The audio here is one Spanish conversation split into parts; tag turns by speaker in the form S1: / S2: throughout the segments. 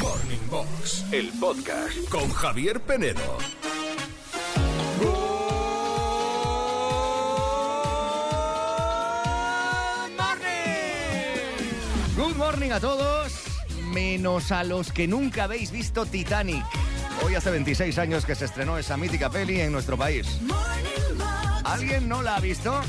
S1: Morning Box, el podcast con Javier Penedo.
S2: Good morning a todos, menos a los que nunca habéis visto Titanic. Hoy hace 26 años que se estrenó esa mítica peli en nuestro país. ¿Alguien no la ha visto?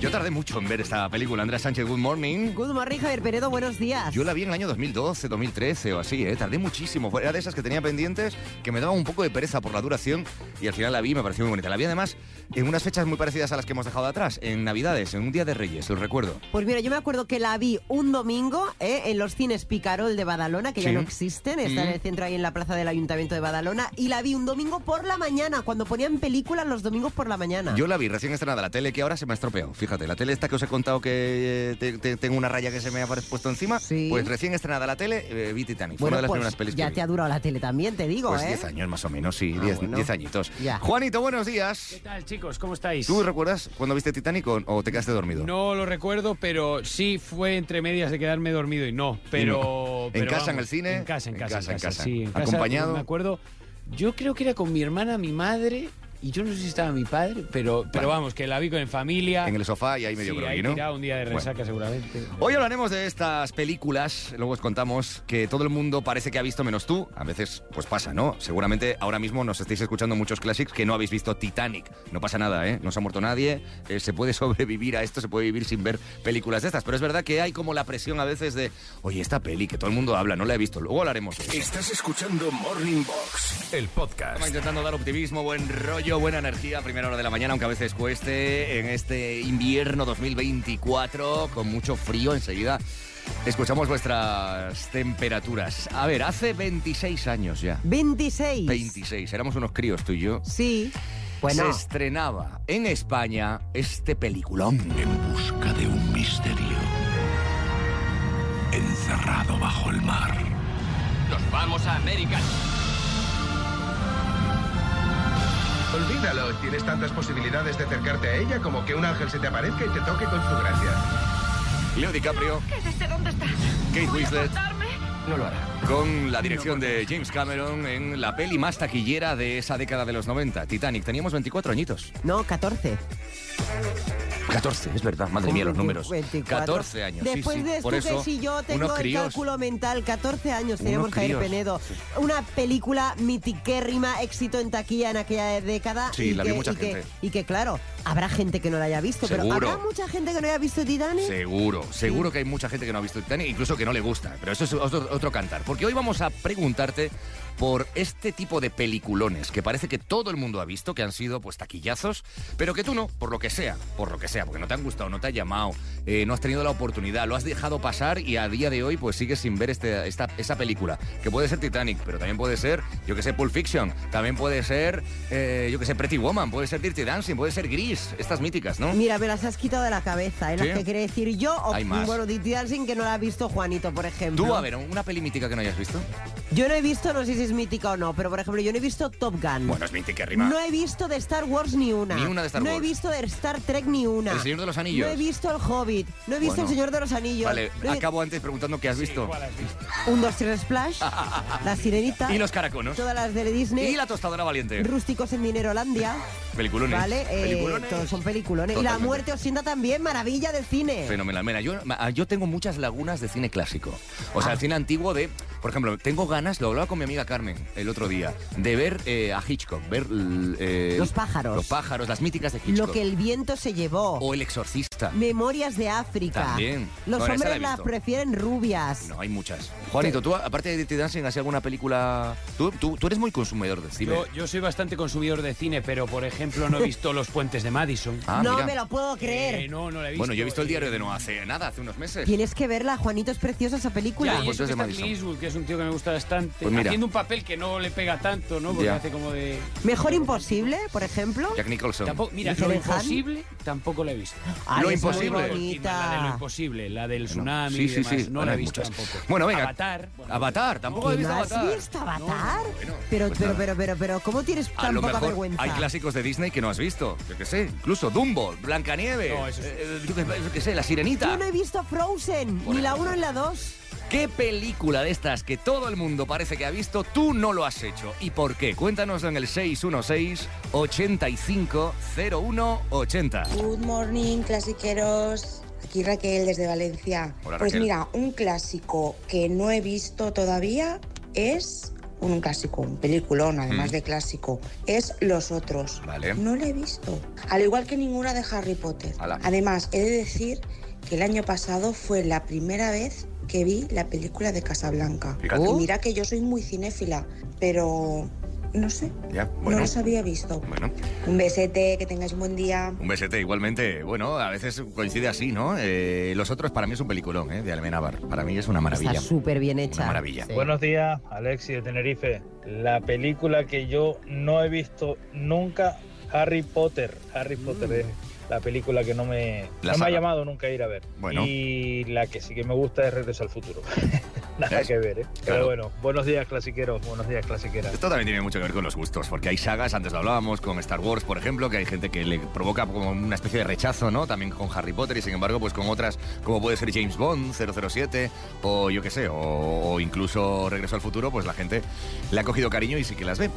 S2: Yo tardé mucho en ver esta película, Andrea Sánchez, Good Morning.
S3: Good morning, Javier Peredo, buenos días.
S2: Yo la vi en el año 2012, 2013 o así, ¿eh? Tardé muchísimo. Fue- Era de esas que tenía pendientes que me daba un poco de pereza por la duración y al final la vi y me pareció muy bonita. La vi además en unas fechas muy parecidas a las que hemos dejado atrás, en Navidades, en un Día de Reyes, lo recuerdo.
S3: Pues mira, yo me acuerdo que la vi un domingo eh, en los cines Picarol de Badalona, que ya
S2: Sí. Mm.
S3: no existen, está en el centro ahí en la plaza del Ayuntamiento de Badalona, y la vi un domingo por la mañana, cuando ponían películas los domingos por la mañana.
S2: Yo la vi recién estrenada, la tele que ahora se me ha estropeado. Fíjate, la tele esta que os he contado que eh, te- te- tengo una raya que se me ha puesto encima.
S3: Sí.
S2: Pues recién estrenada la tele, eh, vi Titanic. Fue una
S3: Bueno,
S2: de las
S3: pues
S2: primeras pelis
S3: ya
S2: que
S3: te ha
S2: vi.
S3: durado la tele también, te digo,
S2: Pues
S3: ¿eh?
S2: 10 años más o menos, sí, 10
S3: bueno.
S2: diez añitos.
S3: Ya.
S2: Juanito, buenos días.
S4: ¿Qué tal, chicos? ¿Cómo estáis?
S2: ¿Tú recuerdas cuando viste Titanic o, o te quedaste dormido?
S4: No lo recuerdo, pero sí fue entre medias de quedarme dormido y no. Pero.
S2: ¿En
S4: pero
S2: casa, en el cine?
S4: En casa, en casa. En casa,
S2: casa.
S4: sí, en casa.
S2: ¿Acompañado?
S4: Me acuerdo. Yo creo que era con mi hermana, mi madre, y yo no sé si estaba mi padre, pero,
S2: Vale.
S4: pero vamos, que la vi con en familia.
S2: En el sofá y ahí medio
S4: sí,
S2: groggy,
S4: ahí
S2: ¿no?
S4: tirado un día de
S2: Bueno.
S4: resaca, seguramente.
S2: Hoy hablaremos de estas películas, luego os contamos que todo el mundo parece que ha visto menos tú, a veces pues pasa, ¿no? Seguramente ahora mismo nos estáis escuchando muchos clásicos que no habéis visto Titanic, no pasa nada, ¿eh? No se ha muerto nadie, eh, se puede sobrevivir a esto, se puede vivir sin ver películas de estas, pero es verdad que hay como la presión a veces de, oye, esta peli que todo el mundo habla, no la he visto, luego hablaremos de eso.
S1: Estás escuchando Morning Box, el
S2: Estamos
S1: podcast.
S2: intentando dar optimismo, buen rollo, buena energía a primera hora de la mañana, aunque a veces cueste, en este invierno 2024, con mucho frío enseguida. Escuchamos vuestras temperaturas. A ver, hace 26 años ya.
S3: 26.
S2: 26, éramos unos críos tú y yo.
S3: Sí.
S2: Se
S3: Bueno,
S2: estrenaba en España este peliculón.
S5: en busca de un misterio. Encerrado bajo el mar.
S6: Nos vamos a América.
S7: Olvídalo, tienes tantas posibilidades de acercarte a ella como que un ángel se te aparezca y te toque con su gracia.
S2: Leo DiCaprio,
S8: ¿Qué es este? ¿Dónde está?
S2: Kate
S8: Voy a
S2: Winslet,
S8: cortarme.
S2: con la dirección de James Cameron en la peli más taquillera de esa década de los 90, Titanic. Teníamos 24 añitos.
S3: no, 14.
S2: 14, es verdad, madre mía, los números.
S3: 24.
S2: 14 años. sí,
S3: Después
S2: sí,
S3: de
S2: por eso,
S3: estuques y yo tengo
S2: unos
S3: el
S2: críos.
S3: cálculo mental, 14
S2: Unos
S3: años tenemos Javier
S2: críos.
S3: Penedo. Una película mitiquérrima, éxito en taquilla en aquella década.
S2: Sí, la vio mucha
S3: y que-
S2: gente.
S3: y que, claro, habrá gente que no la haya visto, pero
S2: Seguro.
S3: ¿habrá mucha gente que no haya visto Titanic?
S2: Seguro, seguro que hay mucha gente que no ha visto Titanic, incluso que no le gusta, pero eso es otro, otro cantar. Porque hoy vamos a preguntarte por este tipo de peliculones que parece que todo el mundo ha visto, que han sido pues taquillazos, pero que tú no, por lo que sea, por lo que sea, porque no te han gustado, no te ha llamado, eh, no has tenido la oportunidad, lo has dejado pasar y a día de hoy pues sigues sin ver este, esta, esa película, que puede ser Titanic, pero también puede ser, yo que sé, Pulp Fiction, también puede ser, eh, yo que sé, Pretty Woman, puede ser Dirty Dancing, puede ser Gris, estas míticas, ¿no?
S3: Mira, me las has quitado de la cabeza, ¿eh?
S2: Sí.
S3: Las que quería decir yo o
S2: Hay más.
S3: bueno, Titi Dancing que no la ha visto Juanito, por ejemplo.
S2: Tú, a ver, una peli mítica que no hayas visto.
S3: Yo no he visto, no sé si es mítica o no, pero por ejemplo, yo no he visto Top Gun.
S2: Bueno, es mítica, rima.
S3: No he visto de Star Wars ni una.
S2: Ni una de Star
S3: no
S2: Wars.
S3: he visto de Star Trek ni una.
S2: El Señor de los Anillos.
S3: No he visto El Hobbit. No he visto
S2: Bueno.
S3: El Señor de los Anillos.
S2: Vale,
S3: No he-
S2: acabo antes preguntando qué has visto.
S4: ¿Cuál has visto?
S3: Un, dos, tres, Splash. la Sirenita.
S2: Y los caraconos.
S3: Todas las de Disney.
S2: Y la tostadora valiente.
S3: Rústicos en Dinerolandia.
S2: Peliculones.
S3: Vale, eh,
S2: Peliculones.
S3: todos son peliculones. Y La
S2: Totalmente.
S3: Muerte os sienta también, maravilla del cine.
S2: Fenomenal. Mira, yo, ma- yo tengo muchas lagunas de cine clásico. O
S3: Ah.
S2: sea, el cine antiguo de. Por ejemplo, tengo ganas, lo hablaba con mi amiga Carmen el otro día, de ver eh, a Hitchcock, ver. l- eh,
S3: Los pájaros.
S2: Los pájaros, las míticas de Hitchcock.
S3: Lo que el viento se llevó.
S2: O El Exorcista.
S3: Memorias de África.
S2: También.
S3: Los
S2: Bueno, esa la he
S3: hombres las
S2: visto.
S3: prefieren rubias.
S2: No, hay muchas. Juanito, tú, aparte de Dirty Dancing, ¿has alguna película.? Tú, tú, tú eres muy consumidor de cine.
S4: Yo, yo soy bastante consumidor de cine, pero por ejemplo no he visto Los Puentes de Madison.
S2: Ah,
S3: No
S2: mira.
S3: me lo puedo creer.
S4: Eh, no, no la he visto.
S2: Bueno, yo he visto el
S4: Eh,
S2: diario de no hace nada, hace unos meses.
S3: Tienes que verla, Juanito, es preciosa esa película.
S4: Ya, y
S2: Los
S4: eso que
S2: Puentes pues de
S4: está
S2: Madison.
S4: Clint Eastwood, que es un tío que me gusta bastante.
S2: Pues mira.
S4: Haciendo un papel que no le pega tanto, ¿no? Porque
S2: Ya.
S4: hace como de.
S3: Mejor imposible, por ejemplo.
S2: Jack Nicholson.
S4: Tampoco, mira,
S3: ¿Y
S4: lo
S3: Helen Hunt?
S4: imposible tampoco la he visto.
S3: Ay,
S2: Lo
S3: Ah, es muy
S2: imposible.
S3: bonita.
S4: La de lo imposible, la del
S2: Bueno,
S4: tsunami.
S2: sí,
S4: y
S2: sí,
S4: demás,
S2: sí,
S4: No
S2: bueno,
S4: la he
S2: hay
S4: visto
S2: muchas.
S4: tampoco.
S2: Bueno, venga.
S4: Avatar. bueno,
S2: Avatar, tampoco he
S3: ¿No
S2: visto
S3: has
S2: Avatar.
S3: visto Avatar?
S2: bueno,
S3: pero,
S2: pues
S3: pero,
S2: nada.
S3: pero, pero, pero, ¿cómo tienes
S2: A
S3: tan
S2: lo
S3: poca
S2: mejor
S3: vergüenza?
S2: hay clásicos de Disney que no has visto. Yo qué sé, incluso Dumbo, Blancanieves,
S4: No, eso sí.
S2: eh, yo qué- yo qué sé, La Sirenita.
S3: Yo no he visto Frozen,
S2: Por
S3: ni la
S2: ejemplo.
S3: 1 ni la 2.
S2: ¿Qué película de estas que todo el mundo parece que ha visto, tú no lo has hecho? ¿Y por qué? Cuéntanoslo en el 616 850180.
S8: Good morning, clasiqueros. Aquí Raquel desde Valencia.
S2: Hola,
S8: pues
S2: Raquel.
S8: mira, un clásico que no he visto todavía es un clásico, un peliculón, además
S2: Mm.
S8: de clásico, es Los Otros.
S2: Vale.
S8: No lo he visto. Al igual que ninguna de Harry Potter.
S2: Ala.
S8: Además, he de decir que el año pasado fue la primera vez que vi la película de Casablanca.
S2: Fíjate.
S3: Oh.
S8: Y mira que yo soy muy cinéfila, pero no sé,
S2: Ya,
S8: no
S2: bueno.
S8: los había visto.
S2: Bueno,
S8: Un besete, que tengáis un buen día.
S2: un besete igualmente. Bueno, a veces coincide así, ¿no? Eh, los otros para mí es un peliculón, ¿eh? De Almenábar. Para mí es una maravilla.
S3: Está súper bien hecha.
S2: Una maravilla.
S3: Sí.
S9: Buenos días, Alexi de Tenerife. La película que yo no he visto nunca, Harry Potter. Harry Potter es la película que no me,
S2: Mm. La
S9: no me
S2: saga.
S9: ha llamado nunca a ir a ver.
S2: Bueno.
S9: Y la que sí que me gusta es Regreso al Futuro. Nada
S2: ¿Ves?
S9: que ver, ¿eh? Pero
S2: Claro.
S9: bueno, buenos días, clasiqueros. Buenos días, clasiqueras.
S2: Esto también tiene mucho que ver con los gustos, porque hay sagas, antes lo hablábamos, con Star Wars, por ejemplo, que hay gente que le provoca como una especie de rechazo, ¿no? También con Harry Potter y, sin embargo, pues con otras, como puede ser James Bond, 007, o yo qué sé, o, o incluso Regreso al Futuro, pues la gente le ha cogido cariño y sí que las ve.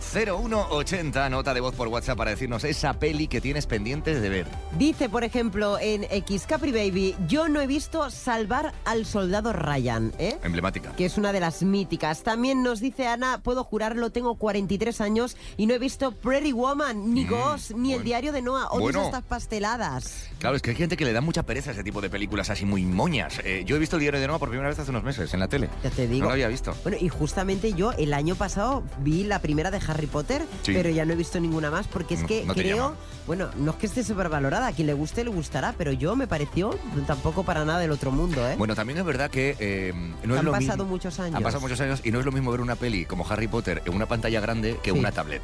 S2: 616-850180, nota de voz por WhatsApp para decirnos esa peli que tienes pendientes de ver.
S3: Dice, por ejemplo, en X Capri Baby, yo no he visto salvar al soldado Ryan, ¿eh?
S2: Emblemática.
S3: que es una de las míticas. También nos dice Ana, puedo jurarlo, tengo 43 años y no he visto Pretty Woman, ni
S2: Mm,
S3: Ghost, ni
S2: bueno.
S3: el diario de Noah. Odio
S2: Bueno.
S3: estas pasteladas.
S2: Claro, es que hay gente que le da mucha pereza a ese tipo de películas así muy moñas. Eh, yo he visto el diario de Noa por primera vez hace unos meses en la tele.
S3: Ya te digo.
S2: No lo había visto.
S3: Bueno, y justamente yo el año pasado vi la primera de Harry Potter,
S2: Sí.
S3: pero ya no he visto ninguna más porque es
S2: No-
S3: que
S2: no te
S3: creo,
S2: llama.
S3: bueno, no es que esté supervalorada, a quien le guste le gustará, pero yo me pareció tampoco para nada del otro mundo, ¿eh?
S2: Bueno, también es verdad que eh, no es
S3: Han
S2: lo
S3: pasado
S2: mismo.
S3: muchos años.
S2: Han pasado muchos años y no es lo mismo ver una peli como Harry Potter en una pantalla grande que
S3: Sí.
S2: una tablet.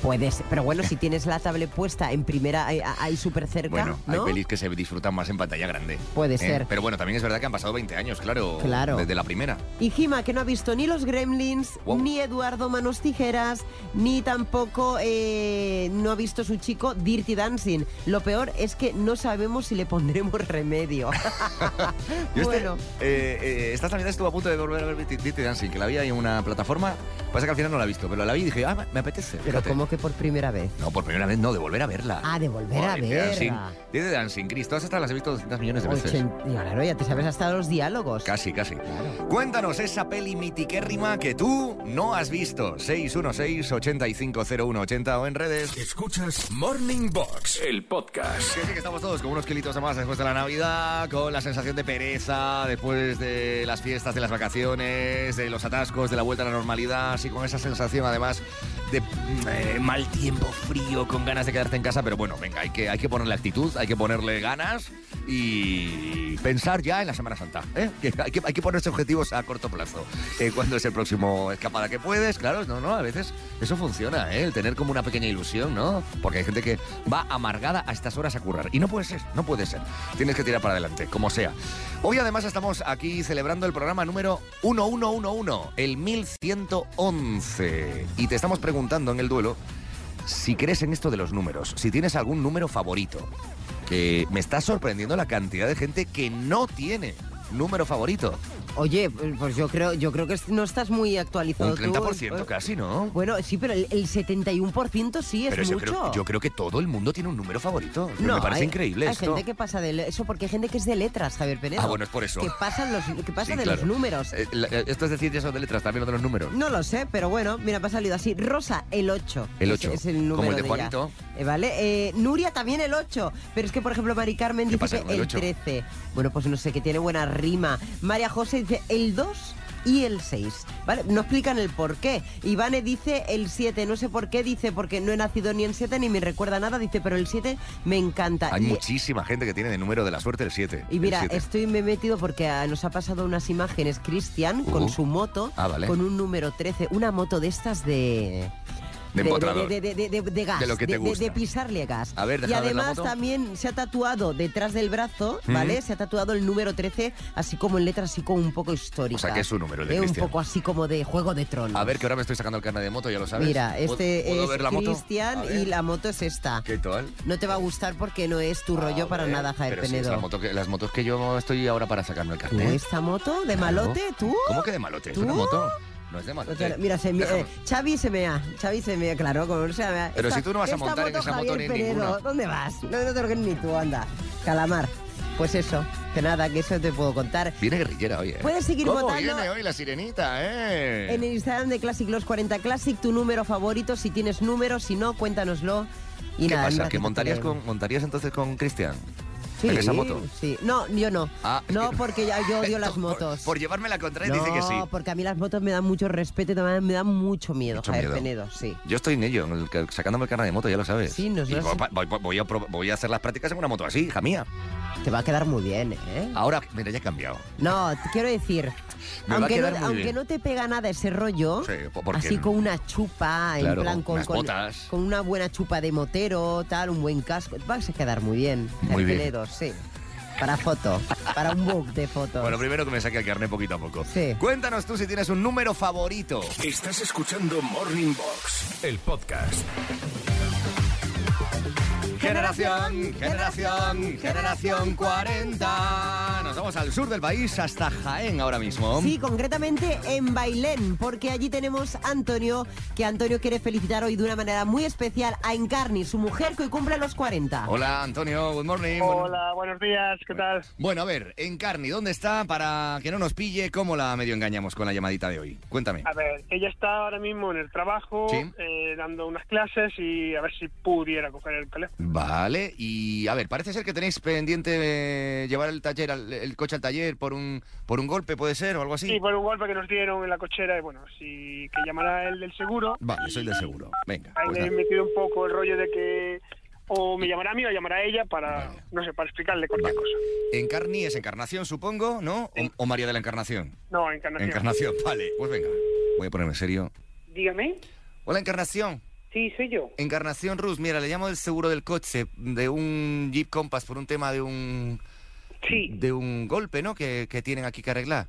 S3: Puedes, pero bueno, si tienes la tablet puesta en primera, eh, ahí- ahí súper cerca,
S2: Bueno,
S3: ¿no?
S2: hay pelis que se disfrutan más en pantalla grande.
S3: Puede
S2: Eh,
S3: ser.
S2: Pero bueno, también es verdad que han pasado 20 años, claro.
S3: Claro.
S2: Desde la primera.
S3: Y Gima, que no ha visto ni los Gremlins,
S2: Wow.
S3: ni Eduardo Manos Tijeras, ni tampoco eh, no ha visto su chico Dirty Dancing. Lo peor es que no sabemos si le pondremos remedio.
S2: Yo este-
S3: bueno,
S2: eh, eh, esta Navidad estuve a punto de volver a ver Dirty Dirty Dancing, que la vi ahí en una plataforma. Pasa que al final no la he visto, pero la vi y dije, ah, me apetece.
S3: pero
S2: fíjate.
S3: como que por primera vez.
S2: No, por primera vez no, de volver a verla.
S3: Ah, de volver
S2: Oh,
S3: a
S2: Dirty
S3: verla.
S2: Dancing. Dirty Dancing, Chris, todas estas las he visto 200 millones de veces.
S3: Ochen- y Claro, ya te sabes hasta los diálogos.
S2: Casi, casi. Cuéntanos esa peli mitiquérrima que tú no has visto. 616-850180 o en redes.
S1: Escuchas Morning Box, el podcast.
S2: Que sí, que estamos todos con unos kilitos de más después de la Navidad, con la sensación de pereza después de las fiestas, de las vacaciones, de los atascos, de la vuelta a la normalidad, así con esa sensación además de mm, eh, mal tiempo, frío, con ganas de quedarte en casa, pero bueno, venga, hay que, hay que ponerle actitud, hay que ponerle ganas y pensar ya en la Semana Santa, ¿eh? Que hay, que, hay que ponerse objetivos a corto plazo. Eh, ¿Cuándo es el próximo escapada que puedes? Claro, no, no, a veces eso funciona, ¿eh? El tener como una pequeña ilusión, ¿no? Porque hay gente que va amargada a estas horas a currar. Y no puede ser, no puede ser. Tienes que tirar para adelante, como sea. Hoy además estamos aquí celebrando el programa número 1111, el 1111. Y te estamos preguntando en el duelo si crees en esto de los números, si tienes algún número favorito, que me está sorprendiendo la cantidad de gente que no tiene número favorito.
S3: Oye, pues yo creo, yo creo que no estás muy actualizado.
S2: Un
S3: tú. ¿eh?
S2: 30% casi, ¿no?
S3: Bueno, sí, pero el, el 71% sí es
S2: Pero yo
S3: mucho.
S2: creo, yo creo que todo el mundo tiene un número favorito. me parece
S3: hay-
S2: increíble
S3: hay
S2: esto.
S3: gente que pasa de le- eso porque hay gente que es de letras, Javier Penedo.
S2: Ah, bueno, es por eso.
S3: Que pasan los que pasa
S2: Sí,
S3: de los
S2: claro.
S3: números.
S2: Eh, la- eh, Esto es decir, eso de letras, también lo de los números.
S3: No lo sé, pero bueno, mira, me ha salido así. Rosa, el 8.
S2: El
S3: Es-
S2: 8,
S3: Es, el número
S2: como el de
S3: ella.
S2: Juanito.
S3: Eh, vale. Eh, Nuria también el 8. Pero es que, por ejemplo, Mari Carmen
S2: ¿Qué
S3: dice
S2: pasa
S3: que
S2: con el
S3: el,
S2: ocho?
S3: 13. Bueno, pues no sé, que tiene buena rima. María José dice el 2. y el 6. ¿Vale? No explican el por qué. Ivane dice el 7, no sé por qué, dice porque no he nacido ni en 7 ni me recuerda nada, dice, pero el 7 me encanta. Eh,
S2: Hay
S3: Y-
S2: muchísima gente que tiene de número de la suerte el 7.
S3: y mira, este- estoy me he metido porque ah, nos ha pasado unas imágenes Cristian con
S2: Uh.
S3: su moto,
S2: Ah, vale.
S3: con un número 13, una moto de estas de...
S2: De empotrador.
S3: de- de- de- de- de gas,
S2: De lo que te gusta.
S3: de pisarle gas.
S2: A ver,
S3: y
S2: deja ver la
S3: además
S2: moto.
S3: también se ha tatuado detrás del brazo, ¿vale? Se ha tatuado el número 13, así como en letra, así como un poco histórica.
S2: O sea, que es su número, el de
S3: Eh, Un
S2: Cristian.
S3: poco así como de Juego de Tronos.
S2: A ver, que ahora me estoy sacando el carnet de moto, ya lo sabes.
S3: Mira,
S2: ¿Puedo-
S3: este
S2: ¿puedo
S3: es
S2: ver la moto? A
S3: Cristian
S2: ver.
S3: y la moto es esta.
S2: ¿Qué tal?
S3: No te va a gustar porque no es tu rollo
S2: A
S3: para
S2: ver,
S3: nada, Javier
S2: pero si es la
S3: Penedo.
S2: moto que- las motos que yo estoy ahora para sacarme el
S3: ¿Tú
S2: carnet.
S3: esta moto de
S2: ¿Eh? Claro.
S3: malote? ¿Tú?
S2: ¿Cómo que de malote? ¿Es
S3: ¿Tú?
S2: una moto? No es de
S3: O
S2: malote.
S3: sea, mira, se me, eh,
S2: Déjame.
S3: Xavi se mea, Xavi se mea, claro, como no se mea.
S2: Pero si tú no vas a
S3: esta
S2: montar en esa moto
S3: Javier
S2: ni en
S3: Penedo,
S2: ninguna.
S3: ¿Dónde vas? No, no te orgues ni tú, anda. Calamar. Pues eso, que nada, que eso te puedo contar.
S2: Viene guerrillera hoy, ¿eh?
S3: Puedes seguir
S2: ¿Cómo
S3: votando
S2: viene hoy la sirenita, eh?
S3: En el Instagram de Classic Los 40 Classic, tu número favorito, si tienes número, si no, cuéntanoslo. Y
S2: ¿Qué
S3: nada,
S2: pasa?
S3: anda,
S2: ¿Que
S3: te
S2: montarías,
S3: creo.
S2: con, montarías entonces con Cristian?
S3: Sí,
S2: en esa moto?
S3: Sí, no, yo no.
S2: Ah, es
S3: no,
S2: que-
S3: porque ya yo odio las
S2: Por-
S3: motos.
S2: Por, llevarme la contraria
S3: no,
S2: dice que sí.
S3: porque a mí las motos me dan mucho respeto y también me dan mucho miedo,
S2: Mucho
S3: Javier
S2: miedo.
S3: Penedo, sí.
S2: Yo estoy en ello, en el que- sacándome el carnet de moto, ya lo sabes.
S3: Sí, nos
S2: Y
S3: lo has-
S2: voy, pa- voy- voy a, prob- voy a hacer las prácticas en una moto así, hija mía.
S3: Te va a quedar muy bien, ¿eh?
S2: Ahora, mira, ya he cambiado.
S3: No, te quiero decir,
S2: Ah. Me va a
S3: aunque,
S2: quedar
S3: no,
S2: muy
S3: aunque
S2: bien.
S3: no te pega nada ese rollo,
S2: Sí, po- porque-
S3: así con una chupa, en
S2: Claro,
S3: plan con,
S2: unas
S3: con,
S2: botas.
S3: con una buena chupa de motero, tal, un buen casco, vas a quedar muy bien.
S2: Muy
S3: Javier
S2: bien.
S3: Penedo, sí. Para foto, para un book de fotos.
S2: Bueno, primero que me saque el carnet poquito a poco.
S3: Ah. Sí.
S2: Cuéntanos tú si tienes un número favorito.
S1: Estás escuchando Morning Box, el podcast.
S2: Generación, generación, generación 40. Nos vamos al sur del país, hasta Jaén ahora mismo.
S3: Sí, concretamente en Bailén, porque allí tenemos a Antonio, que Antonio quiere felicitar hoy de una manera muy especial a Encarni, su mujer que hoy cumple los 40.
S2: Hola, Antonio, good morning.
S10: Hola, buenos días, ¿qué tal?
S2: Bueno, a ver, Encarni, ¿dónde está? Para que no nos pille, ¿cómo la medio engañamos con la llamadita de hoy? Cuéntame.
S10: A ver, ella está ahora mismo en el trabajo,
S2: Sí.
S10: eh, dando unas clases y a ver si pudiera coger el teléfono.
S2: Vale, y a ver, parece ser que tenéis pendiente eh, llevar el taller, al- el coche al taller por un por un golpe, puede ser o algo así.
S10: Sí, por un golpe que nos dieron en la cochera y bueno, si que llamará el del seguro.
S2: Vale, soy de seguro. Venga.
S10: Ahí
S2: pues
S10: me he
S2: nada.
S10: metido un poco el rollo de que o me llamará a mí o llamará a ella para,
S2: Vale.
S10: no sé, para explicarle cualquier
S2: Vale.
S10: cosa.
S2: Encarni es Encarnación, supongo, ¿no? O, o María de la Encarnación.
S10: No, encarnación.
S2: Encarnación, vale, pues venga. Voy a ponerme serio.
S11: Dígame.
S2: Hola, Encarnación.
S11: Sí, soy yo.
S2: Encarnación Rus, mira, le llamo del seguro del coche, de un Jeep Compass por un tema de un
S11: Sí,
S2: de un golpe, ¿no? Que, que tienen aquí que arreglar.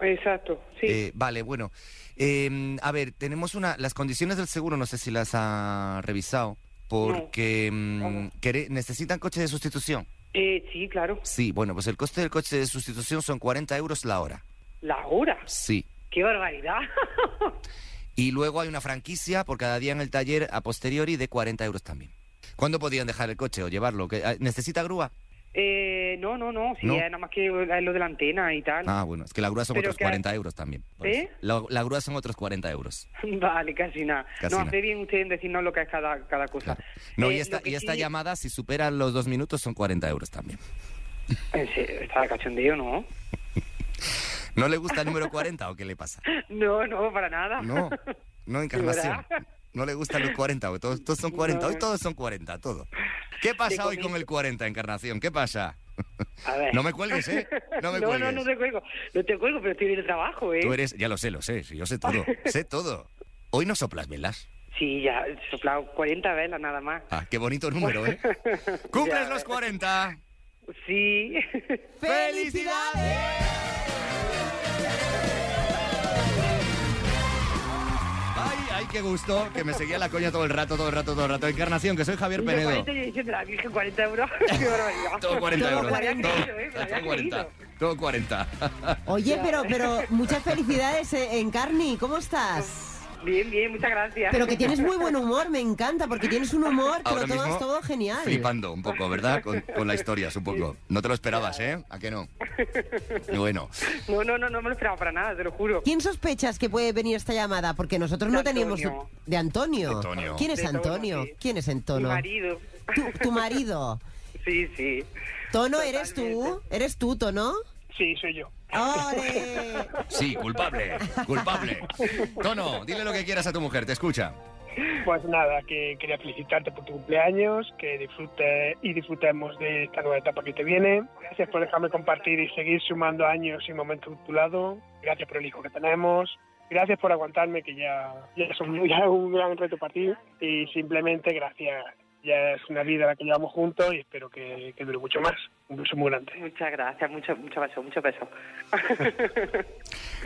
S11: exacto. Sí.
S2: Eh, vale, bueno. Eh, a ver, tenemos una. Las condiciones del seguro, no sé si las ha revisado. Porque mm,
S11: Vamos.
S2: quere- necesitan coche de sustitución.
S11: Eh, sí, claro.
S2: Sí, bueno, pues el coste del coche de sustitución son 40 euros la hora.
S11: La hora.
S2: Sí.
S11: Qué barbaridad.
S2: Y luego hay una franquicia por cada día en el taller a posteriori de 40 euros también. ¿Cuándo podían dejar el coche o llevarlo? ¿Que- eh, ¿Necesita grúa?
S11: eh, no, no, no. Sí,
S2: No.
S11: eh, nada más que eh, lo de la antena y tal.
S2: Ah, bueno, es que la grúa son
S11: Pero
S2: otros
S11: que- ¿Eh?
S2: 40 euros también. por
S11: ¿Sí?
S2: eso. La, la grúa son otros 40 euros.
S11: Vale, casi nada.
S2: Casi
S11: no
S2: nada.
S11: hace bien usted en decirnos lo que es cada, cada cosa.
S2: Claro. No,
S11: Eh,
S2: y esta,
S11: lo que
S2: y esta
S11: sí-
S2: llamada, si supera los dos minutos, son 40 euros también.
S11: En serio, Eh, está de cachondeo, ¿no?
S2: ¿No le gusta el número 40 o qué le pasa?
S11: No, no, para nada.
S2: No, no, encarnación.
S11: ¿Verdad?
S2: No le gustan los 40, porque todos, todos son 40. Hoy todos son 40, todo. ¿Qué
S11: Te
S2: pasa hoy
S11: comí.
S2: con el 40, encarnación? ¿Qué pasa?
S11: A ver.
S2: No me cuelgues, ¿eh? No me
S11: no,
S2: cuelgues.
S11: no, no te cuelgo. No te cuelgo, pero estoy en el trabajo, ¿eh?
S2: Tú eres, ya lo sé, lo sé, sí, yo sé todo, sé todo. Hoy no soplas velas.
S11: Sí, ya, he soplado 40 velas nada más.
S2: Ah, qué bonito número, ¿eh? ¡Cumples
S11: Ya.
S2: los 40!
S11: Sí.
S2: ¡Felicidades! ¡Ay, ay, qué gusto! Que me seguía la coña todo el rato, todo el rato, todo el rato. Encarnación, que soy Javier
S11: Yo
S2: Penedo.
S11: 40 y yo diciendo, la Virgen, 40 euros. Qué barbaridad.
S2: Todo 40 euros.
S11: Me la había
S2: Todo,
S11: creído, ¿eh? Me la
S2: todo
S11: había
S2: 40.
S11: creído.
S2: Todo 40.
S3: Oye, pero, pero muchas felicidades, eh, Encarni, ¿cómo estás?
S11: Bien, bien, muchas gracias.
S3: Pero que tienes muy buen humor, me encanta, porque tienes un humor que
S2: Ahora
S3: lo tomas
S2: mismo,
S3: todo genial.
S2: Flipando un poco, ¿verdad? Con, con la historia, supongo. No te lo esperabas, ¿eh? ¿A qué no? Y Bueno,
S11: No, no, no, no me lo esperaba para nada, te lo juro.
S3: ¿Quién sospechas que puede venir esta llamada? Porque nosotros no
S11: De
S3: teníamos...
S11: Antonio.
S3: De Antonio.
S2: De Antonio.
S3: ¿Quién es
S11: De Tono,
S3: Antonio?
S11: sí.
S3: ¿Quién es
S11: Mi
S3: Antonio?
S11: marido.
S3: Tu, tu marido.
S11: Sí, sí.
S3: Tono, ¿eres tú?
S11: Totalmente.
S3: ¿Eres tú, Tono?
S10: Sí, soy yo.
S2: Sí, culpable, culpable. Tono, dile lo que quieras a tu mujer, te escucha.
S10: Pues nada, que quería felicitarte por tu cumpleaños, que disfrutes y disfrutemos de esta nueva etapa que te viene. Gracias por dejarme compartir y seguir sumando años y momentos a tu lado. Gracias por el hijo que tenemos. Gracias por aguantarme, que ya, ya es un, ya es un gran reto para ti. Y simplemente gracias. Ya es una vida la que llevamos juntos y espero que, que dure mucho más. Un beso muy grande.
S11: Muchas gracias, mucho, mucho beso, mucho beso.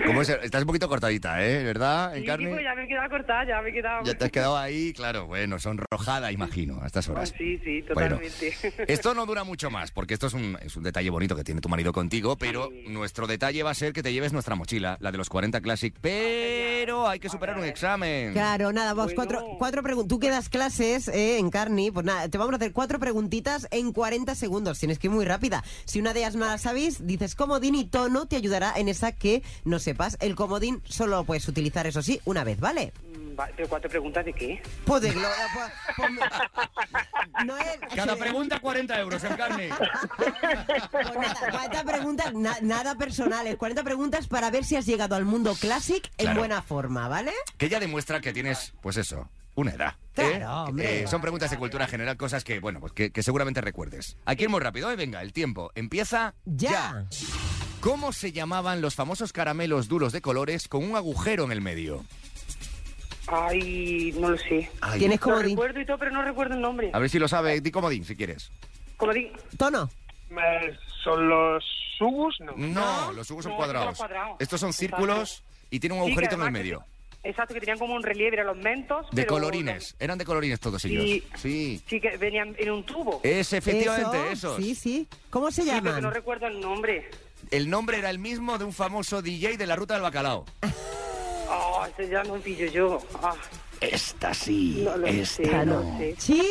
S2: ¿Cómo es? Estás un poquito cortadita, ¿eh? ¿Verdad? En
S11: Sí,
S2: carne.
S11: tipo, ya me he quedado cortada, ya me he quedado...
S2: Ya te has quedado ahí, claro, bueno, sonrojada, imagino, a estas horas.
S11: Ah, Sí, sí,
S2: Bueno,
S11: totalmente.
S2: Esto no dura mucho más, porque esto es un, es un detalle bonito que tiene tu marido contigo, pero nuestro detalle va a ser que te lleves nuestra mochila, la de los 40 Classic, pero hay que superar un
S11: Mm.
S2: examen.
S3: Claro, nada, vos cuatro, cuatro preguntas. Tú quedas clases eh, en Carni, pues nada, te vamos a hacer cuatro preguntitas en 40 segundos. Tienes que ir muy rápida. Si una de ellas no la sabéis, dices comodín y tono te ayudará en esa que no sepas. El comodín solo lo puedes utilizar, eso sí, una vez, ¿vale?
S11: Mm, va- ¿Pero cuatro preguntas de qué?
S3: Pues de gloria, pues- pues- no es-
S2: Cada pregunta 40 euros, en carne.
S3: pues nada, 40 preguntas, na- nada personales, 40 preguntas para ver si has llegado al mundo classic en
S2: Claro.
S3: buena forma, ¿vale?
S2: Que ya demuestra que tienes, pues eso, una edad. ¿eh?
S3: Claro, hombre.
S2: Eh, son preguntas de cultura general, cosas que, bueno, pues que, que seguramente recuerdes. Aquí es muy rápido, ¿eh? venga, el tiempo empieza
S3: ya.
S2: ¿Cómo se llamaban los famosos caramelos duros de colores con un agujero en el medio?
S11: Ay, no lo sé.
S2: Ay.
S3: Tienes
S11: Lo
S3: comodín.
S11: recuerdo y todo, pero no recuerdo el nombre.
S2: A ver si lo sabe, di comodín si quieres.
S11: Comodín.
S3: Tono.
S10: Eh, ¿Son los subus? No.
S2: No, los jugos son
S11: no,
S2: cuadrados.
S11: estos son cuadrados.
S2: Estos son
S11: Exacto.
S2: círculos y tienen un
S11: Sí, que
S2: agujerito en el
S11: además
S2: medio.
S11: Exacto, que tenían como un relieve, eran los mentos.
S2: De
S11: pero-
S2: colorines. Eran de colorines todos
S11: Sí.
S2: ellos. Sí. Eh,
S11: Sí, que venían en un tubo.
S2: Es efectivamente
S3: Eso,
S2: esos.
S3: Sí, sí. ¿Cómo se
S11: Sí, pero que
S3: llaman?
S11: no recuerdo el nombre.
S2: El nombre era el mismo de un famoso DJ de la ruta del bacalao.
S11: Ah, ese ya no pillo yo. Ah,
S2: Esta sí.
S11: no lo
S2: esta
S11: sé,
S2: no.
S11: no lo sé.
S3: Sí,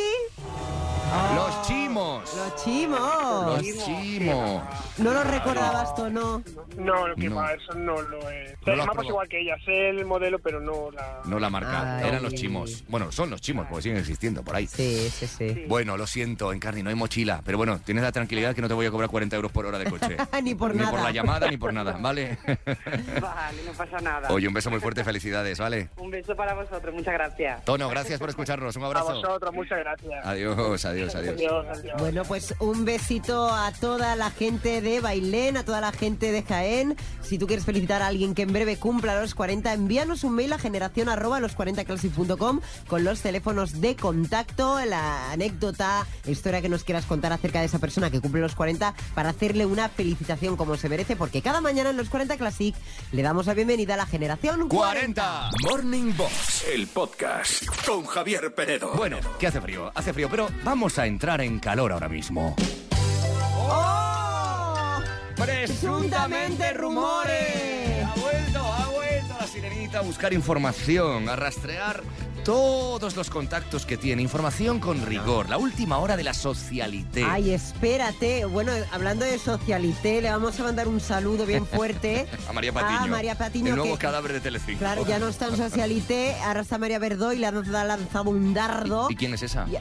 S2: Los chimos.
S3: Ah. los chimos.
S2: Los chimos.
S3: No los recordabas, Tono.
S10: No, lo que
S2: No.
S10: va, eso no lo es.
S2: No lo
S10: Además, pues
S2: has probado.
S10: igual que ella, sé el modelo, pero no la...
S2: No la marca.
S3: Ay.
S2: Eran los chimos. Bueno, son los chimos porque siguen existiendo por ahí.
S3: Sí, sí, sí.
S2: Bueno, lo siento, Encarni, no hay mochila. Pero bueno, tienes la tranquilidad que no te voy a cobrar 40 euros por hora de coche.
S3: Ni por
S2: Ni
S3: nada.
S2: por la llamada, ni por nada, ¿vale?
S11: Vale, no pasa nada.
S2: Oye, un beso muy fuerte, felicidades, ¿vale?
S11: Un beso para vosotros, muchas gracias.
S2: Tono, gracias por escucharnos. Un
S10: A
S2: abrazo.
S10: vosotros, muchas gracias.
S2: Adiós, adiós, adiós.
S10: Adiós, adiós.
S3: Bueno, pues un besito a toda la gente de Bailén, a toda la gente de Jaén. Si tú quieres felicitar a alguien que en breve cumpla los 40, envíanos un mail a generación arroba los40classic.com con los teléfonos de contacto, la anécdota, la historia que nos quieras contar acerca de esa persona que cumple los 40 para hacerle una felicitación como se merece, porque cada mañana en los 40 Classic le damos la bienvenida a la generación 40.
S2: ¡40!
S1: Morning Box, el podcast con Javier Penedo.
S2: Bueno, que hace frío, hace frío, pero vamos a entrar en calor ahora mismo.
S3: ¡Oh! Presuntamente rumores.
S2: Ha vuelto, ha vuelto la sirenita a buscar información, a rastrear todos los contactos que tiene. Información con rigor, la última hora de la socialité.
S3: Ay, espérate. Bueno, hablando de socialité, le vamos a mandar un saludo bien fuerte
S2: A María Patiño.
S3: A ah, María Patiño.
S2: El nuevo
S3: que,
S2: cadáver de Telecinco.
S3: claro, ya no está en socialité. Ahora está María Verdó y le han ha lanzado un dardo.
S2: ¿Y, y quién es esa?
S3: Ya-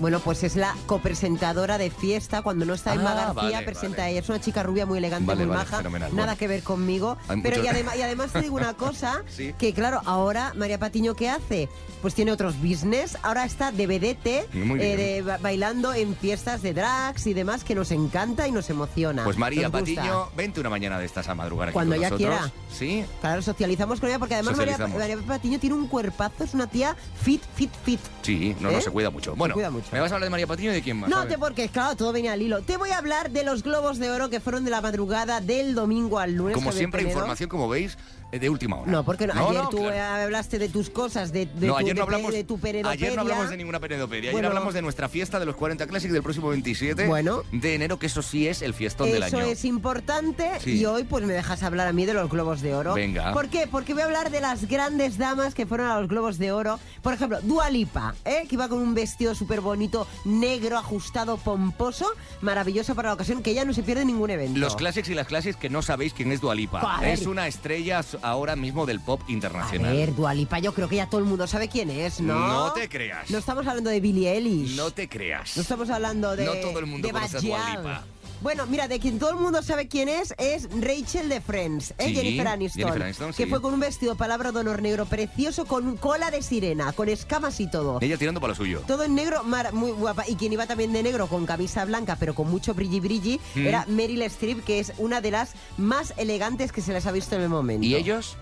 S3: Bueno, pues es la copresentadora de Fiesta. Cuando no está Emma
S2: Ah,
S3: García,
S2: vale,
S3: presenta
S2: vale.
S3: a ella. Es una chica rubia muy elegante,
S2: Vale,
S3: muy
S2: vale,
S3: maja.
S2: fenomenal,
S3: Nada
S2: bueno.
S3: que ver conmigo.
S2: Hay
S3: Pero
S2: mucho-
S3: y, además, y además te digo una cosa,
S2: Sí.
S3: que claro, ahora María Patiño, ¿qué hace? Pues tiene otros business. Ahora está de vedete,
S2: Muy bien.
S3: eh, de ba- bailando en fiestas de drags y demás, que nos encanta y nos emociona.
S2: Pues María
S3: Nos gusta.
S2: Patiño, vente una mañana de estas a madrugar aquí
S3: Cuando
S2: con
S3: ella
S2: nosotros.
S3: quiera.
S2: Sí,
S3: Claro, socializamos con ella porque además María,
S2: Socializamos.
S3: María Patiño tiene un cuerpazo, es una tía fit, fit, fit.
S2: sí, no,
S3: ¿Eh?
S2: no se cuida mucho. Bueno,
S3: cuida mucho.
S2: ¿me vas a hablar de María Patiño y de quién más?
S3: No
S2: A ver.
S3: te porque, claro, ah, todo viene al hilo. Te voy a hablar de los globos de oro que fueron de la madrugada del domingo al lunes.
S2: Como
S3: Javier
S2: siempre,
S3: Penedo.
S2: información, como veis, eh, de última hora.
S3: No, porque no, ayer
S2: no,
S3: tú
S2: claro.
S3: eh, hablaste de tus cosas, de, de
S2: No,
S3: tu,
S2: ayer no
S3: de pe-
S2: hablamos
S3: de tu peredopedia.
S2: Ayer no hablamos de ninguna penedopedia. Ayer
S3: Bueno.
S2: hablamos de nuestra fiesta de los 40 Classic del próximo 27
S3: Bueno.
S2: de enero, que eso sí es el fiestón del
S3: Eso
S2: año.
S3: es importante
S2: Sí.
S3: y hoy pues me dejas hablar a mí de los globos de oro.
S2: Venga.
S3: ¿Por qué? Porque voy a hablar de las grandes damas que fueron a los globos de oro. Por ejemplo, Dua Lipa, ¿eh? que iba con un vestido súper bonito, negro, ajustado, pomposo, maravilloso para la ocasión, que ya no se pierde ningún evento.
S2: Los Classics y las Classics que no sabéis quién es Dualipa.
S3: A ver.
S2: Es una estrella ahora mismo del pop
S3: A
S2: internacional.
S3: ver, Dualipa, yo creo que ya todo el mundo sabe quién es, ¿no?
S2: No te creas.
S3: No estamos hablando de Billie Eilish.
S2: No te creas.
S3: No estamos hablando de.
S2: No todo el mundo
S3: de
S2: conoce a
S3: Bad
S2: Dua
S3: Gyal.
S2: Lipa.
S3: Bueno, mira, de quien todo el mundo sabe quién es, es Rachel de Friends, ¿eh?
S2: Sí,
S3: Jennifer Aniston.
S2: Jennifer Aniston,
S3: que
S2: sí.
S3: fue con un vestido palabra de honor negro precioso, con cola de sirena, con escamas y todo.
S2: Ella tirando para lo suyo.
S3: Todo en negro, mar- muy guapa. Y quien iba también de negro con camisa blanca, pero con mucho brilli brilli,
S2: Mm.
S3: era Meryl Streep, que es una de las más elegantes que se les ha visto en el momento.
S2: ¿Y ellos?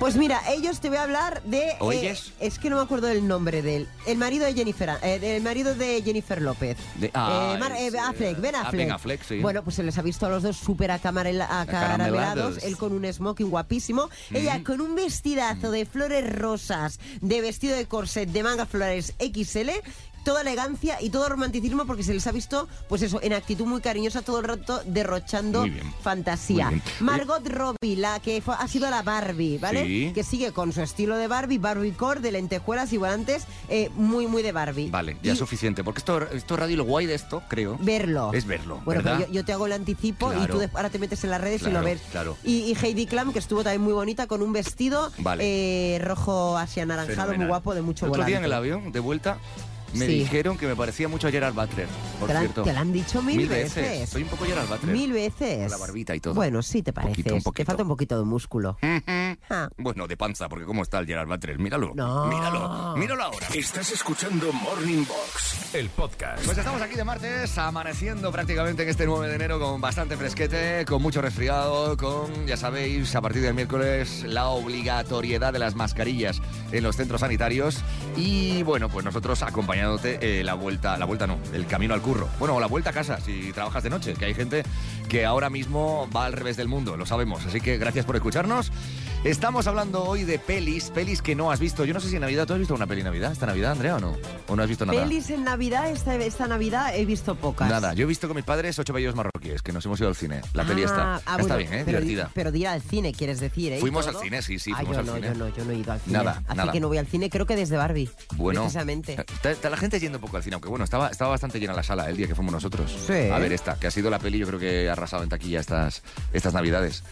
S3: Pues mira, ellos te voy a hablar de.
S2: ¿O
S3: eh,
S2: ellas?
S3: es que no me acuerdo del nombre de él. El marido de Jennifer, eh, del marido de Jennifer López.
S2: De- ah,
S3: Eh, Mar- eh,
S2: es, eh,
S3: Affleck, Ben
S2: ah,
S3: Affleck.
S2: Ben Affleck, sí.
S3: Bueno, pues se les ha visto a los dos súper acamarel- acaramelados.
S2: Acaramelados.
S3: Él con un smoking guapísimo. Ella con un vestidazo de flores rosas, de vestido de corset, de manga flores XL. Toda elegancia y todo romanticismo porque se les ha visto, pues eso, en actitud muy cariñosa todo el rato derrochando
S2: Muy bien.
S3: fantasía.
S2: Muy bien.
S3: Margot Robbie, la que fue- ha sido la Barbie, ¿vale?
S2: Sí.
S3: Que sigue con su estilo de Barbie, Barbie core, de lentejuelas y volantes, eh, muy, muy de Barbie.
S2: Vale, ya
S3: Y
S2: es suficiente. Porque esto, esto radio, lo guay de esto, creo.
S3: Verlo.
S2: Es verlo.
S3: Bueno, pero
S2: ¿verdad?
S3: yo, yo te hago el anticipo y
S2: Claro.
S3: tú de- ahora te metes en las redes y lo
S2: Claro,
S3: ves.
S2: claro.
S3: Y, y Heidi Klum, que estuvo también muy bonita, con un vestido eh, rojo así anaranjado, muy
S2: Fenomenal.
S3: guapo, de mucho
S2: El otro
S3: volante.
S2: día en el avión, de vuelta, me
S3: Sí.
S2: dijeron que me parecía mucho a Gerard Butler, por
S3: Te la-
S2: cierto.
S3: te la han dicho mil veces.
S2: Soy un poco Gerard Butler.
S3: Mil veces.
S2: Con la barbita y todo.
S3: Bueno, sí te pareces.
S2: Poquito, un
S3: Te
S2: poquito.
S3: falta un poquito de músculo. Ah.
S2: Bueno, de panza, porque ¿cómo está el Gerard Butler? Míralo.
S3: No.
S2: Míralo. Míralo ahora.
S1: Estás escuchando Morning Box, el podcast.
S2: Pues estamos aquí de martes, amaneciendo prácticamente en este 9 de enero con bastante fresquete, con mucho resfriado, con, ya sabéis, a partir del miércoles la obligatoriedad de las mascarillas en los centros sanitarios y bueno, pues nosotros acompañándote eh, la vuelta, la vuelta no, el camino al curro. Bueno, o la vuelta a casa si trabajas de noche, que hay gente que ahora mismo va al revés del mundo, lo sabemos, así que gracias por escucharnos. Estamos hablando hoy de pelis, pelis que no has visto. Yo no sé si en Navidad, ¿tú has visto una peli en Navidad? ¿Esta Navidad, Andrea, o no? ¿O no has visto nada?
S3: Pelis en Navidad, esta, esta Navidad he visto pocas.
S2: Nada, yo he visto con mis padres ocho bellos marroquíes, que nos hemos ido al cine. La peli
S3: Ah,
S2: está.
S3: ah,
S2: está
S3: bueno,
S2: bien, ¿eh?
S3: pero-
S2: divertida.
S3: Pero de ir al cine, quieres decir, ¿eh? ¿Y
S2: Fuimos
S3: todo?
S2: al cine, sí, sí,
S3: Ah,
S2: fuimos
S3: yo
S2: al
S3: no,
S2: cine.
S3: Yo no, yo no he ido al cine.
S2: Nada,
S3: Así
S2: nada.
S3: que no voy al cine, creo que desde Barbie.
S2: Bueno, eh,
S3: Precisamente.
S2: está- está la gente yendo un poco al cine, aunque bueno, estaba, estaba bastante llena la sala el día que fuimos nosotros.
S3: Sí.
S2: A ver, esta, que ha sido la peli, yo creo que ha arrasado en taquilla estas, estas navidades.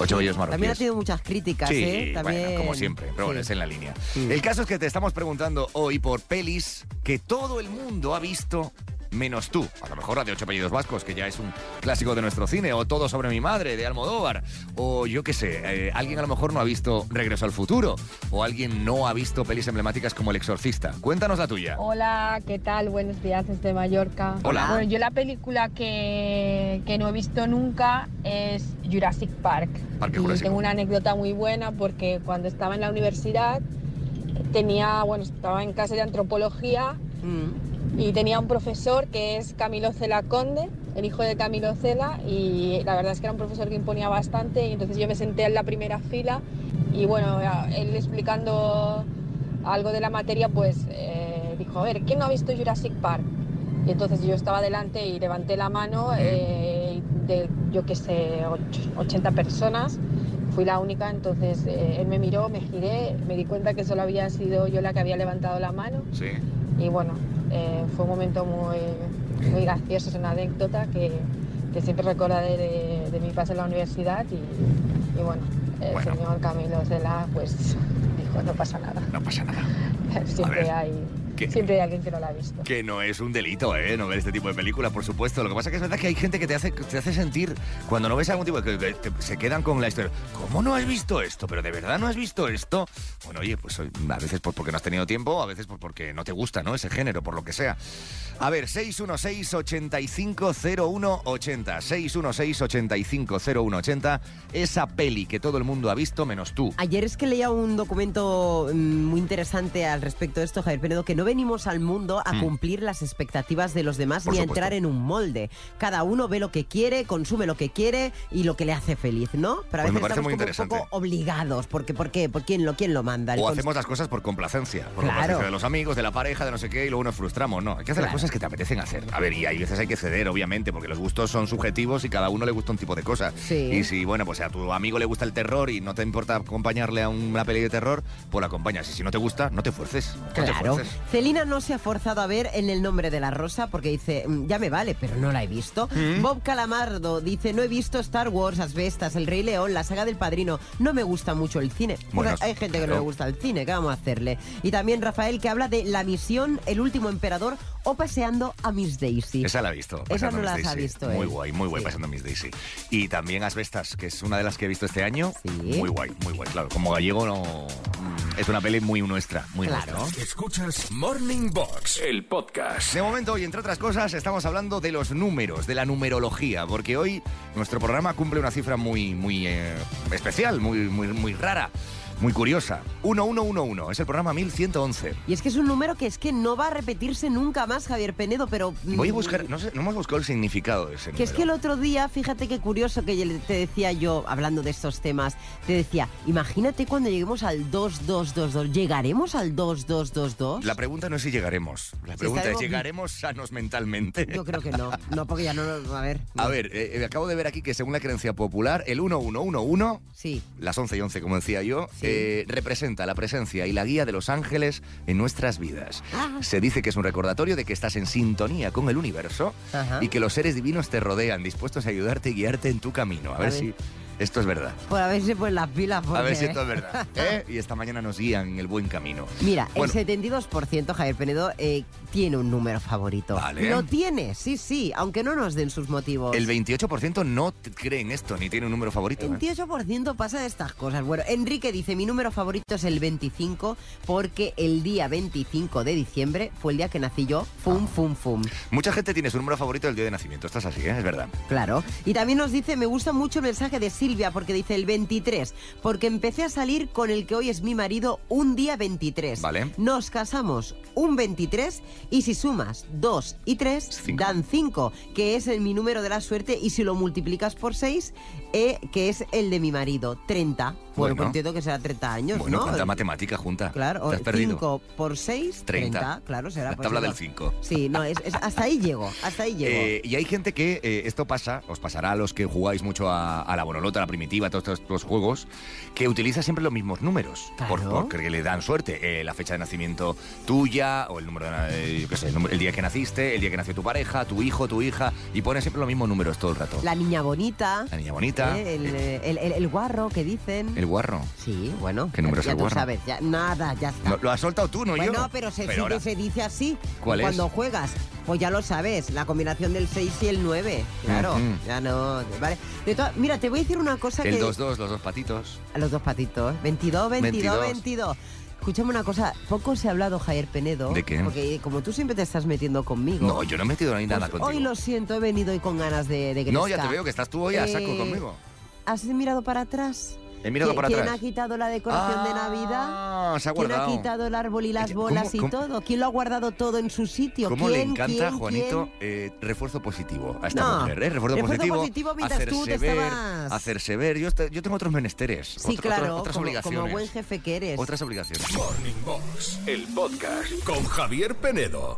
S2: Ocho bellos marroquíes.
S3: También ha tenido muchas críticas,
S2: Sí,
S3: ¿eh? También...
S2: bueno, como siempre, pero bueno,
S3: Sí. Mm.
S2: es en la línea. El caso es que te estamos preguntando hoy por pelis que todo el mundo ha visto menos tú. A lo mejor la de Ocho Apellidos Vascos, que ya es un clásico de nuestro cine, o Todo sobre mi madre, de Almodóvar, o yo qué sé, eh, alguien a lo mejor no ha visto Regreso al futuro, o alguien no ha visto pelis emblemáticas como El Exorcista. Cuéntanos la tuya.
S11: Oh, Hola, ¿qué tal? Buenos días desde Mallorca.
S2: Hola.
S11: Bueno, yo la película que, que no he visto nunca es Jurassic Park.
S2: Parque
S11: y
S2: Jurásico.
S11: tengo una anécdota muy buena porque cuando estaba en la universidad tenía, bueno, estaba en clase de antropología
S3: Mm.
S11: y tenía un profesor que es Camilo Cela Conde, el hijo de Camilo Cela, y la verdad es que era un profesor que imponía bastante, y entonces yo me senté en la primera fila y bueno, a- él explicando algo de la materia, pues eh, dijo, a ver, ¿quién no ha visto Jurassic Park? Y entonces yo estaba delante y levanté la mano eh, de, yo qué sé, och- 80 personas. Fui la única, entonces eh, él me miró, me giré, me di cuenta que solo había sido yo la que había levantado la mano.
S2: Sí.
S11: Y bueno, eh, fue un momento muy, muy gracioso, es una anécdota que, que siempre recordaré de, de mi paso en la universidad. Y, y bueno, eh, el
S2: Bueno.
S11: señor Camilo Cela pues dijo, no pasa nada.
S2: No pasa nada.
S11: siempre,
S2: ver,
S11: hay,
S2: ¿qué?
S11: siempre hay alguien que no la ha visto.
S2: Que no es un delito, ¿eh? No ver este tipo de películas, por supuesto. Lo que pasa que es verdad que hay gente que te hace, que te hace sentir, cuando no ves algún tipo de... que- que te- se quedan con la historia. ¿Cómo no has visto esto? ¿Pero de verdad no has visto esto? Bueno, oye, pues a veces por- porque no has tenido tiempo, a veces por porque no te gusta, ¿no? Ese género, por lo que sea. A ver, 616-850180. 616-850180. Esa peli que todo el mundo ha visto, menos tú.
S3: Ayer es que leía un documento mm, muy interesante al respecto de esto, Javier Penedo, que no venimos al mundo a
S2: Mm.
S3: cumplir las expectativas de los demás
S2: Por
S3: ni a
S2: supuesto.
S3: entrar en un molde. Cada uno ve lo que quiere, consume lo que quiere y lo que le hace feliz, ¿no? Pero a
S2: Pues me parece
S3: veces estamos
S2: muy
S3: como un
S2: interesante.
S3: poco obligados, porque ¿por qué? ¿Por quién lo, quién lo manda? El
S2: O
S3: cons-
S2: hacemos las cosas por complacencia, por
S3: Claro.
S2: complacencia de los amigos, de la pareja, de no sé qué, y luego nos frustramos. No, hay que hacer
S3: Claro.
S2: las cosas que te apetecen hacer. A ver, y hay veces hay que ceder, obviamente, porque los gustos son subjetivos y cada uno le gusta un tipo de cosas.
S3: Sí.
S2: Y si, bueno, pues a tu amigo le gusta el terror y no te importa acompañarle a una peli de terror, pues la acompañas. Y si no te gusta, no te fuerces. No te
S3: Claro.
S2: fuerces.
S3: Celina no se ha forzado a ver en el nombre de la rosa porque dice, "Mm, ya me vale, pero no la he visto.
S12: ¿Mm?
S3: Bob Calamardo dice, no he visto Star Wars, Las Bestas, El Rey León, La Saga del Padrino. No me gusta mucho el cine.
S12: Bueno,
S3: Porque hay gente que no
S12: claro.
S3: le gusta el cine, ¿qué vamos a hacerle? Y también Rafael que habla de La Misión, El Último Emperador o Paseando a Miss Daisy.
S2: Esa la ha visto.
S3: Esa
S2: Pasando
S3: no
S2: Miss
S3: las ha
S2: Daisy.
S3: visto ¿eh?
S2: Muy
S3: él.
S2: guay, muy guay pasando Miss Daisy. Y también Asbestas, que es una de las que he visto este año. Muy guay, muy guay. Claro, como gallego no... mm, Es una peli muy nuestra, muy nuestra. ¿no?
S1: Escuchas Morning Box, el podcast.
S2: De momento, y entre otras cosas, estamos hablando de los números, de la numerología, porque hoy nuestro programa cumple una cifra muy, muy eh, especial, muy, muy, muy rara, muy curiosa. 1111, es el programa 1111.
S3: Y es que es un número que es que no va a repetirse nunca más, Javier Penedo, pero... mm,
S2: Voy a buscar, no, sé, no hemos buscado el significado de ese
S3: Que
S2: número.
S3: es que el otro día, fíjate qué curioso que yo le- te decía yo, hablando de estos temas, te decía, imagínate cuando lleguemos al 2222, ¿llegaremos al 2222?
S2: La pregunta no es si llegaremos. La
S3: Si
S2: pregunta es,
S3: estaremos-
S2: ¿llegaremos sanos mentalmente?
S3: Yo creo que no, no, porque ya no, lo- a ver,
S2: A ver, eh, eh, acabo de ver aquí que según la creencia popular, el 1111,
S3: sí.
S2: las 11 y 11 como decía yo, eh, representa la presencia y la guía de los ángeles en nuestras vidas.
S3: Ah.
S2: Se dice que es un recordatorio de que estás en sintonía con el universo
S3: Ajá.
S2: y que los seres divinos te rodean, dispuestos a ayudarte y guiarte en tu camino. A,
S3: A
S2: ver,
S3: ver.
S2: si esto es verdad.
S3: Por haberse pues las pilas.
S2: A ver
S3: porque,
S2: si esto
S3: ¿eh?
S2: es verdad. ¿eh? Y esta mañana nos guían en el buen camino.
S3: Mira,
S2: Bueno.
S3: el 72%, Javier Penedo, eh, tiene un número favorito.
S2: Vale.
S3: Lo tiene, sí, sí, aunque no nos den sus motivos.
S2: El 28% no t- cree en esto, ni tiene un número favorito. ¿eh?
S3: 28% pasa de estas cosas. Bueno, Enrique dice, mi número favorito es el 25 porque el día 25 de diciembre fue el día que nací yo.
S2: Ah.
S3: Fum, fum, fum.
S2: Mucha gente tiene su número favorito del día de nacimiento. Esto es así, ¿eh? es verdad.
S3: Claro. Y también nos dice, me gusta mucho el mensaje de Silvia porque dice el 23, porque empecé a salir con el que hoy es mi marido un día 23.
S2: Vale.
S3: Nos casamos un 23 y si sumas 2 y 3 dan 5, que es el- mi número de la suerte y si lo multiplicas por 6, eh, que es el de mi marido, 30. Bueno,
S2: Bueno.
S3: pues entiendo que será 30 años,
S2: Bueno,
S3: ¿no?
S2: cuánta matemática junta.
S3: Claro,
S2: Te has perdido.
S3: 5 por 6, 30.
S2: 30.
S3: Claro, será
S2: La
S3: por
S2: tabla
S3: eso.
S2: del 5.
S3: Sí, no, es, es- hasta ahí llego, hasta ahí llego.
S2: Eh, y hay gente que eh, esto pasa, os pasará a los que jugáis mucho a, a la Bonolota, a la Primitiva, a todos estos, estos juegos, que utiliza siempre los mismos números. por-
S3: Claro.
S2: porque le dan suerte. eh, la fecha de nacimiento tuya, o el número, de na- eh, yo qué sé, el, número- el día que naciste, el día que nació tu pareja, tu hijo, tu hija, y pone siempre los mismos números todo el rato.
S3: La niña bonita.
S2: La niña bonita.
S3: Eh, El, eh, el- el- el guarro que dicen.
S2: El guarro.
S3: Sí, bueno.
S2: ¿Qué número es
S3: ya
S2: el
S3: tú
S2: guarro?
S3: sabes, ya- nada, ya está.
S2: No, lo has soltado tú, no yo.
S3: bueno, pero, se, sí que
S2: ahora-
S3: se dice así.
S2: ¿Cuál es?
S3: Cuando juegas, pues ya lo sabes, la combinación del 6 y el 9. Claro,
S2: Ujú.
S3: ya no. Vale. De todas- mira, te voy a decir una cosa
S2: El
S3: que.
S2: 2-2, los dos patitos.
S3: A los dos patitos. 22, 22, 22.
S2: 22.
S3: Escúchame una cosa, poco se ha hablado Javier Penedo.
S2: ¿De qué?
S3: Porque como tú siempre te estás metiendo conmigo.
S2: No, yo no he metido ni nada
S3: Pues
S2: contigo.
S3: Hoy lo siento, he venido hoy con ganas de, de
S2: No, ya
S3: gresca.
S2: te veo que estás tú hoy a saco
S3: Eh,
S2: conmigo.
S3: ¿Has mirado para atrás?
S2: He mirado
S3: Eh, ¿Qui-
S2: para
S3: ¿Quién
S2: atrás.
S3: ha quitado la decoración de
S2: Navidad? Ah, se ha
S3: ¿Quién ha
S2: guardado. Eh,
S3: quitado el árbol y las bolas y
S2: cómo-
S3: todo? ¿Quién lo ha guardado todo en su sitio?
S2: ¿Cómo le
S3: ¿Quién,
S2: encanta,
S3: quién,
S2: Juanito,
S3: quién?
S2: eh, refuerzo positivo a esta
S3: No,
S2: mujer? ¿eh? Refuerzo,
S3: refuerzo
S2: positivo,
S3: positivo mientras tú te
S2: hacerse ver,
S3: estabas-
S2: hacerse ver. Yo, est- yo tengo otros menesteres,
S3: Sí,
S2: otro-
S3: claro,
S2: otro- otras
S3: como,
S2: obligaciones.
S3: como buen jefe que eres.
S2: Otras obligaciones.
S1: Morning Box, el podcast con Javier Penedo.